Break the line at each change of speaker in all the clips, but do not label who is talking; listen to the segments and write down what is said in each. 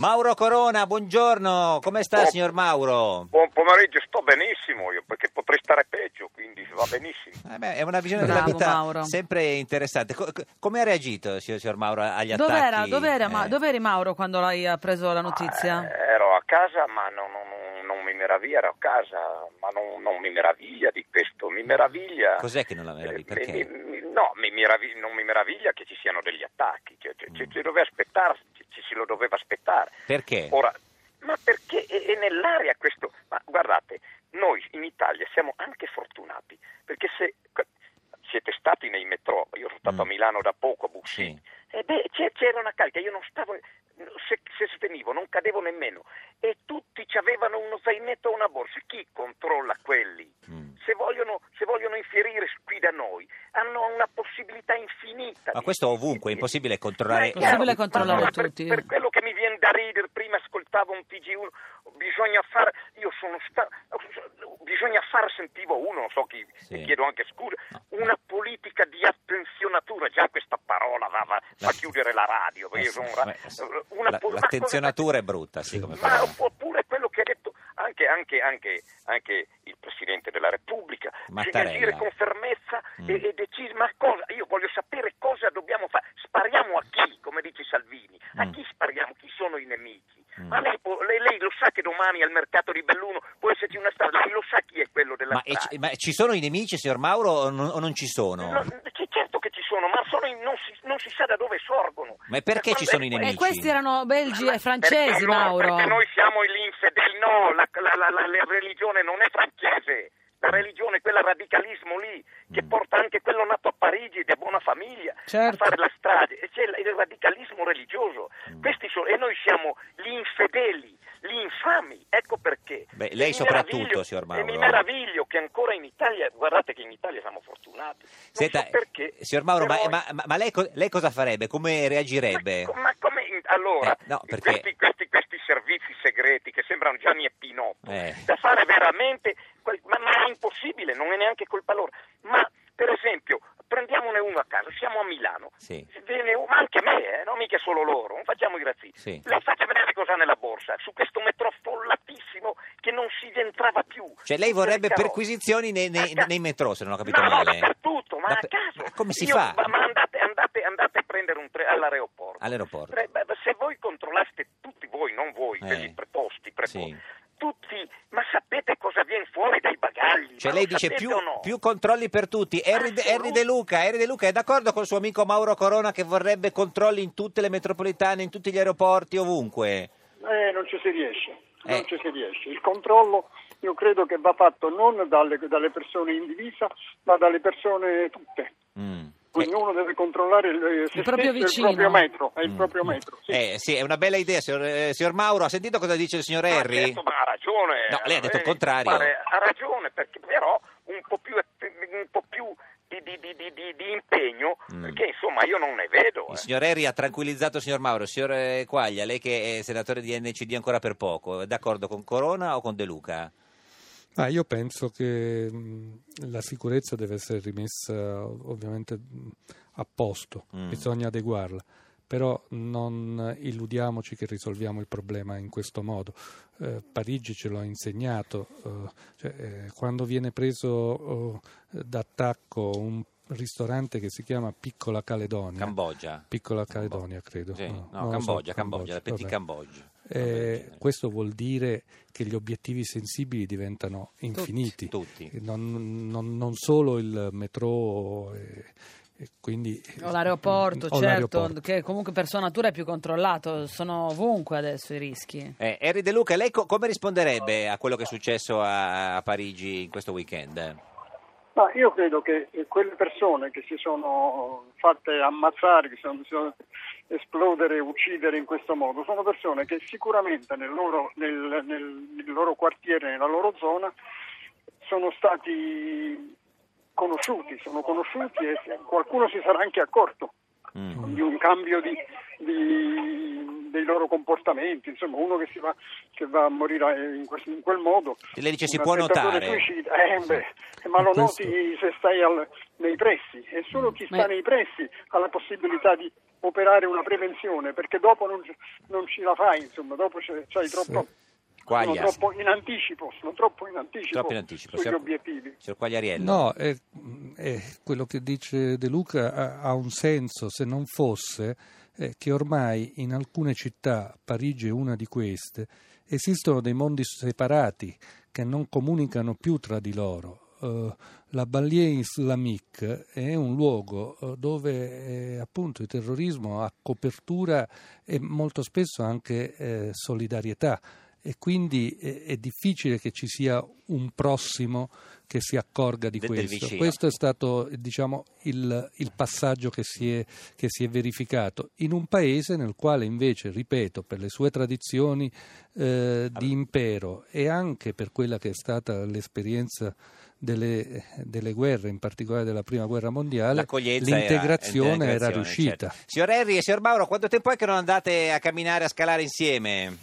Mauro Corona, buongiorno, come sta
Oh.
signor Mauro?
Buon pomeriggio, sto benissimo io, perché potrei stare peggio, quindi va benissimo.
Eh beh, è una visione della
Bravo,
vita
Mauro.
sempre interessante. Co- co- come ha reagito signor, signor Mauro agli
Dov'era,
attacchi?
dov'era,
Eh,
ma, dov'eri Mauro quando l'hai eh, preso la notizia?
Eh, ero a casa, ma non, non- non- non mi meraviglia, ero a casa, ma non, non mi meraviglia di questo, mi meraviglia...
Cos'è che non la
eh,
meraviglia?
mi-
Perché?
mi- mi- no, mi meraviglia- non mi meraviglia che ci siano degli attacchi, cioè, cioè, ci, ci doveva aspettare, ci, ci si lo doveva aspettare.
Perché?
Ora, ma perché è, è nell'aria questo? Ma guardate, noi in Italia siamo anche fortunati, perché se siete stati nei metro, io sono stato
Mm.
a Milano da poco, a Bussini,
Sì.
e beh, c'è- c'era una carica, io non stavo, se, se stenivo non cadevo nemmeno, e tutti ci avevano uno zainetto o una borsa, chi controlla quelli?
Mm.
Se vogliono, se vogliono infierire su- qui da noi, hanno una possibilità infinita.
Ma
di-
questo ovunque, è impossibile
ma
controllare.
è
Possibile
chiaro,
controllare
ma eh, per-
tutti.
Per, quello che mi viene da ridere, prima ascoltavo un TG1, bisogna fare, io sono sta- bisogna fare, sentivo uno, non so chi,
Sì.
e chiedo anche scusa,
No.
una politica di attenzionatura, già questa parola va, va-
La-
fa chiudere la radio,
Eh,
perché io
sì,
sono un
ma-
ra-
sì.
una
La-
pol- ma
l'attenzionatura
cosa-
è brutta, sì, come
ma
parola.
op- oppure quello che ha detto anche, anche- anche- anche il Presidente della Repubblica,
Mattarella.
bisogna agire con fermezza e,
Mm.
e decis- ma cosa? Io voglio sapere cosa dobbiamo fare. Spariamo a chi, come dice Salvini? A
Mm.
chi spariamo? Chi sono i nemici?
Mm.
Ma lei, può- lei- lei lo sa che domani al mercato di Belluno può esserci una strada, lei lo sa chi è quello della
Ma, e
strada.
ci, ma ci sono i nemici, signor Mauro, o non, o non ci sono?
No, c- certo che ci sono, ma sono i- non, si, non si sa da dove sorgono.
Ma e perché
Da
ci
quando-
sono i nemici?
E Eh, questi erano belgi e francesi,
Perché no,
Mauro.
Perché noi siamo gli infedeli, no, la, la- la- la- la religione non è francese, la religione è quel radicalismo lì che
Mm.
porta anche quello nato a Parigi, di buona famiglia,
Certo.
a fare la strada, e c'è il il radicalismo religioso,
Mm.
Questi sono- e noi siamo gli infedeli, gli infami, ecco perché.
Beh,
E
lei
mi
soprattutto,
meraviglio-
signor
E mi
Mauro.
meraviglio che ancora in Italia, guardate che in Italia siamo fortunati, non
Senta,
so perché.
signor Mauro, ma,
però-
ma- ma- ma lei, co- lei cosa farebbe? Come reagirebbe?
ma, co- ma come allora,
Eh, no, perché-
questi, questi- questi servizi segreti che sembrano Gianni e Pinotto,
Eh.
da fare veramente, quel- ma, ma è impossibile, non è neanche colpa loro. Ma per esempio, prendiamone uno a caso, siamo a Milano,
Sì.
Viene un- ma anche a me, eh, non mica solo loro, non facciamo i razzismi.
Sì.
Le faccia vedere cosa ha nella borsa, su questo metro affollatissimo che non si entrava più.
Cioè lei vorrebbe
Cercavo-
perquisizioni nei, nei-
A ca-
nei metro, se non ho capito
no, no,
male.
dappertutto, ma
Da-
a caso.
ma come si
Io-
fa
Ma, ma andate, andate- andate a prendere un tre all'aeroporto.
all'aeroporto?
Tre- beh, se voi controllaste tutti voi, non voi,
Eh.
quelli preposti, preposti
Sì.
tutti, ma sapete cosa viene fuori dai bagagli?
Cioè
Ma
lei
lo
dice
sapete
più,
o no?
più controlli per tutti. Harry, De- Harry De Luca, Harry De Luca è d'accordo col suo amico Mauro Corona che vorrebbe controlli in tutte le metropolitane, in tutti gli aeroporti, ovunque.
Eh, non ci si riesce, non
Eh.
ci si riesce. Il controllo io credo che va fatto non dalle, dalle persone in divisa, ma dalle persone tutte.
Mm.
Ognuno deve controllare il, eh, se
Il proprio
stesso
vicino.
e il proprio metro. e il
Mm.
proprio metro sì.
Eh, sì, è una bella idea, signor, eh, signor Mauro. Ha sentito cosa dice il signor
Ma ha
Harry?
detto, ma ha ragione.
No, lei ha detto il
Eh,
contrario.
pare- Ha ragione, perché però un po' più, un po' più di, di- di- di- di- di impegno,
Mm.
perché insomma io non ne vedo. eh.
Il signor Harry ha tranquillizzato il signor Mauro. Signor eh, Quaglia, lei che è senatore di NCD ancora per poco, è d'accordo con Corona o con De Luca?
Eh. Ma Ah, io penso che mh, la sicurezza deve essere rimessa ov- ovviamente mh, a posto,
Mm.
bisogna adeguarla, però non illudiamoci che risolviamo il problema in questo modo. Eh, Parigi ce l'ha insegnato, eh, cioè, eh, quando viene preso oh, eh, d'attacco un ristorante che si chiama Piccola Caledonia,
Cambogia.
Piccola Caledonia credo,
Sì, no,
non lo so,
Cambogia, Cambogia, la Petit
vabbè.
Cambogia.
Eh,
Roba del genere.
questo vuol dire che gli obiettivi sensibili diventano infiniti,
Tutti.
Non, non- non solo il metro, eh, e quindi,
O l'aeroporto,
o
certo,
l'aeroporto.
che comunque per sua natura è più controllato, sono ovunque adesso i rischi.
Eh, Harry De Luca, lei co- come risponderebbe a quello che è successo a, a Parigi in questo weekend?
Ma io credo che eh, quelle persone che si sono fatte ammazzare, che si sono, si sono esplodere, uccidere in questo modo, sono persone che sicuramente nel loro, nel- nel- nel loro quartiere, nella loro zona, sono stati conosciuti, sono conosciuti e se- qualcuno si sarà anche accorto
Mm.
di un cambio di, di- dei loro comportamenti, insomma uno che, si va, che va a morire eh, in, questo- in quel modo.
Lei dice si
un
può
attentatore
notare.
suicida, eh, beh, ma
Ma
lo
questo-
noti se stai al- nei pressi e solo chi
Ma-
sta nei pressi ha la possibilità di, operare una prevenzione, perché dopo non, non ce la fai, insomma, dopo c'è- c'hai troppo, sono
Quaglia.
troppo in anticipo, sono troppo in anticipo, Eh,
Troppo in anticipo.
sugli
Signor-
obiettivi.
Signor Quagliariello.
No, eh, eh, quello che dice De Luca ha, ha un senso, se non fosse eh, che ormai in alcune città, Parigi è una di queste, esistono dei mondi separati che non comunicano più tra di loro. Eh, la Ballier islamique è un luogo eh, dove eh, appunto il terrorismo ha copertura e molto spesso anche eh, solidarietà e quindi eh, è difficile che ci sia un prossimo che si accorga di
Del- del
questo.
vicino.
questo è stato eh, diciamo, il, il passaggio che si, è, che si è verificato in un paese nel quale invece, ripeto, per le sue tradizioni eh, di impero e anche per quella che è stata l'esperienza delle, delle guerre, in particolare della prima guerra mondiale,
L'accoglienza era-
l'integrazione era,
l'integrazione,
riuscita.
certo. Signor Henry e signor Mauro, quanto tempo è che non andate a camminare, a scalare insieme?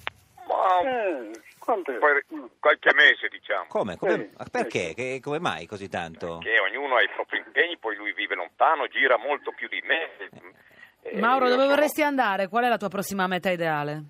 Ma
Eh, quant'è?
poi- qualche mese, diciamo.
Come? Come-
Eh,
perché? Che- come mai così tanto?
Che ognuno ha i propri impegni, poi lui vive lontano, gira molto più di me. Eh,
Mauro,
io
dove
sono-
vorresti andare? Qual è la tua prossima meta ideale?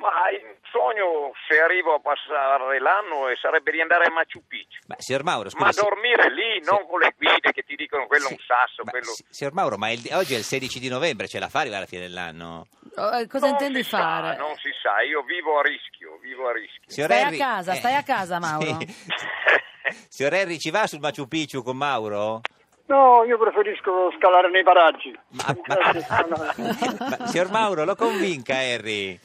Ma il sogno, se arrivo a passare l'anno, eh, sarebbe di andare a Machu Picchu.
Ma, signor Mauro, scusi,
Ma
se-
dormire lì,
se-
non con le guide che ti dicono quello è un
Sì,
sasso,
ma
quello...
si- signor Mauro, ma il- oggi è il 16 di novembre, ce la fa arrivare alla fine dell'anno?
Oh, eh, Cosa
Non
intendi
si sa,
fare?
non si sa, io vivo a rischio, vivo a rischio.
Signor
Stai a
Henry- eh.
casa, stai a casa, Mauro.
Sì. Signor Henry, ci va sul Machu Picchu con Mauro?
No, io preferisco scalare nei paraggi.
Ma-
Mi
ma-
piace scalare.
Ma, signor Mauro, lo convinca Henry.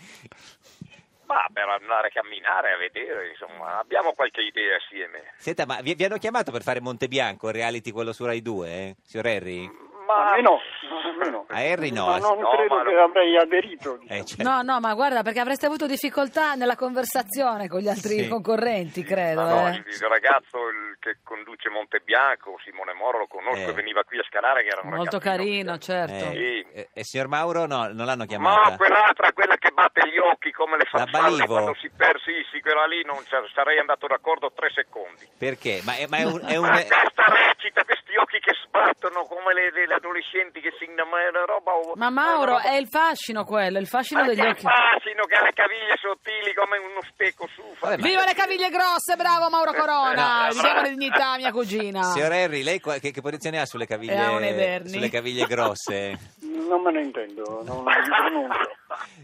Ma per andare a camminare, a vedere, insomma, abbiamo qualche idea assieme.
Senta, ma vi, vi hanno chiamato per fare Montebianco, il reality quello su Rai 2, eh? signor Henry?
A
Ma
me no, a me no.
A Henry no.
Ma
eh.
non
No,
credo
ma no.
che avrei aderito.
Eh, certo.
No, no, ma guarda, perché avreste avuto difficoltà nella conversazione con gli altri
Sì.
concorrenti, credo.
Ma no,
eh.
il, il ragazzo il- che conduce Montebianco, Simone Moro, lo conosco
Eh.
e veniva qui a scalare che era un
Molto
ragazzino. cioè.
carino, certo.
Eh, eh, e signor Mauro no, non l'hanno chiamata.
Ma quell'altra, quella che batte gli occhi come le
La
farfalle
Balivo?
quando si per, sì, sì, quella lì non sa- sarei andato d'accordo tre secondi.
Perché? Ma è, ma è un... è un-
Ma questa recita, questi occhi che sbattono come le, le- le adolescenti che si innamorano, roba...
Ma Mauro, è il fascino quello, il fascino
Ma
degli
che
occhi.
fascino che ha le caviglie sottili come uno stecco sufa.
Vabbè, ma-
Viva le caviglie grosse, bravo Mauro Corona!
Eh,
Gli diamo
allora-
la dignità, mia cugina.
Signor Henry, lei qua- che, che posizione ha sulle
E ha un
caviglie,
Everni.
sulle caviglie grosse?
Non me ne intendo, non non pronuncio.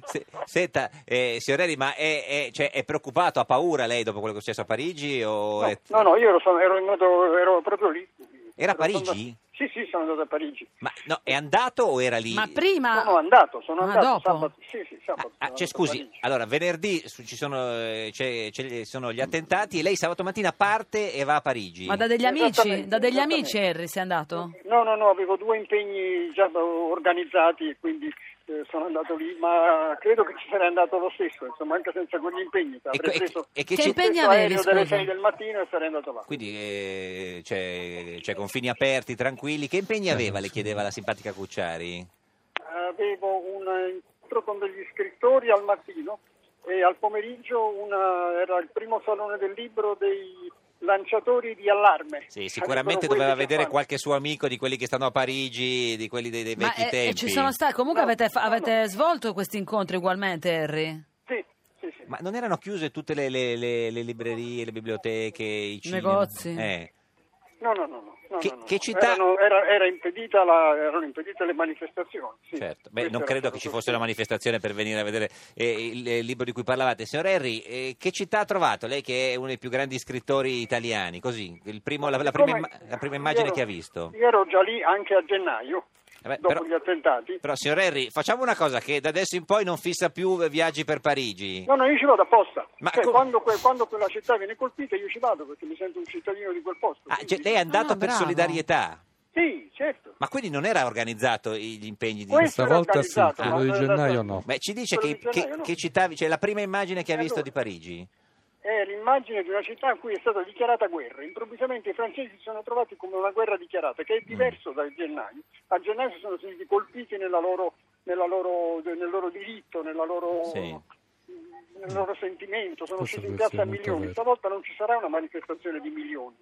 Se- senta, eh, signor Henry, ma è, è- cioè, è preoccupato, ha paura lei dopo quello che è successo a Parigi? o
No,
è-
no, no, io ero, sono- ero, in moto- ero proprio lì.
Era a
Ero
Parigi?
andato- sì, sì, sono andato a Parigi.
Ma no, è andato o era lì?
Ma prima...
Sono andato, sono
Ma
andato
Ah. dopo?
sabato. Sì, sì,
Ah, ah,
sabato. sono
cioè,
andato a
scusi,
Parigi.
allora venerdì su- ci sono, eh, c'è- c'è- ci sono gli attentati e lei sabato mattina parte e va a Parigi.
Ma da degli amici?
Esattamente,
Da degli amici,
esattamente.
Harry, sei andato?
No, no, no, avevo due impegni già organizzati e quindi eh, sono andato lì, ma credo che ci sarei andato lo stesso, insomma, anche senza quegli impegni.
E
Avrei
que- e-
preso
e che
lo
ci-
stesso
Impegni avevi,
aereo delle
scusa?
6 del mattino e sarei andato là.
Quindi eh, c'è, c'è confini aperti, tranquilli. Che impegni aveva? Le chiedeva la simpatica Cucciari.
Avevo un incontro con degli scrittori al mattino e al pomeriggio una- era il primo salone del libro dei lanciatori di allarme.
Sì, sicuramente doveva vedere qualche suo amico di quelli che stanno a Parigi, di quelli dei, dei
Ma
vecchi
eh,
tempi.
e ci sono stati... Comunque
No,
avete, fa-
no, no.
avete svolto questi incontri ugualmente, Harry?
Sì, sì, sì.
Ma non erano chiuse tutte le, le- le- le librerie, le biblioteche, i cinema?
Negozi.
Eh.
No, no, no. no, no,
Che-
no, no.
che città-
Erano- era, era impedita la- erano impedite le manifestazioni. sì.
Certo, Beh,
Questo
non
era
credo
stato
che ci
tutto.
fosse una manifestazione per venire a vedere eh, il, eh, libro di cui parlavate. Signor Henry, eh, che città ha trovato? Lei che è uno dei più grandi scrittori italiani, così, il primo- la, la prima,
Siccome
imma- la prima immagine
io ero-
che ha visto.
Io ero già lì anche a gennaio,
Vabbè,
dopo gli attentati.
però, signor Henry, facciamo una cosa che da adesso in poi non fissa più eh, viaggi per Parigi.
No, no, io ci vado apposta.
Ma
Cioè,
come-
quando, que- quando quella città viene colpita io ci vado perché mi sento un cittadino di quel posto.
Ah, cioè,
quindi-
lei è andato
Ah,
per
bravo.
solidarietà,
Sì, certo.
ma quindi non era organizzato i- gli impegni di...
Questo
Questa
era
volta sì,
organizzato,
quello
ma-
di gennaio no.
Beh, ci dice
quello
che,
di gennaio,
che-
no?
che città, cioè la prima immagine che ha
E
visto
allora?
di Parigi.
È Eh, l'immagine di una città in cui è stata dichiarata guerra. Improvvisamente i francesi si sono trovati come una guerra dichiarata,
Mm.
che è diverso da gennaio. A gennaio si sono sentiti colpiti nella loro- nella loro- nel loro diritto, nella loro-
Sì.
nel loro sentimento. Sono
Questo
scesi in
deve
piazza
essere molto
milioni.
vero.
Stavolta non ci sarà una manifestazione di milioni.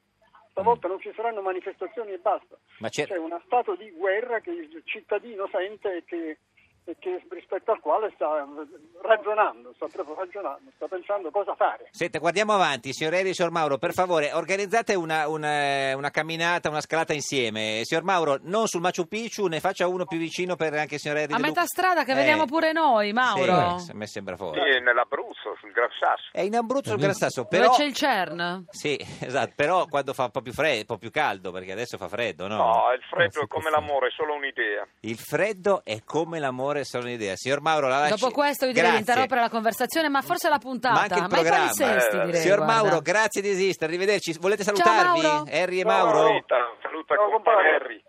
Stavolta non ci saranno manifestazioni e basta.
Ma c'è-
C'è uno stato di guerra che il cittadino sente e che, e che rispetto al quale sta ragionando, sta proprio ragionando, sta pensando cosa fare.
Senta, guardiamo avanti, signor Eri, signor Mauro, per favore, organizzate una, una- una camminata, una scalata insieme. Signor Mauro, non sul Machu Picchu, ne faccia uno più vicino per anche il signor Eri.
A
De Lu-
metà strada che vediamo pure noi, Mauro.
Sì, a me sembra forte.
Lì nell'Abruzzo, sul Gran Sasso.
È in Abruzzo sul
Eh,
Gran
vedi.
Sasso, però...
Dove c'è il CERN?
Sì, esatto, però quando fa un po' più freddo, un po' più caldo, perché adesso fa freddo, no? Eh,
No, il freddo
No,
è come
sì, sì.
l'amore, è solo un'idea.
Il freddo è come l'amore, sono un'idea. Signor Mauro, la lasci-
Dopo questo io direi
Ah, Grazie.
di interrompere la conversazione, ma forse la puntata.
Ma anche il
ma i
programma.
palinsesti
Eh,
direi.
Signor
guarda.
Mauro, grazie di esistere, arrivederci. Volete salutarvi?
Mauro.
Harry e
Ciao,
Mauro?
Mauro.
Saluta, saluta
Ciao,
con
compare.
Harry.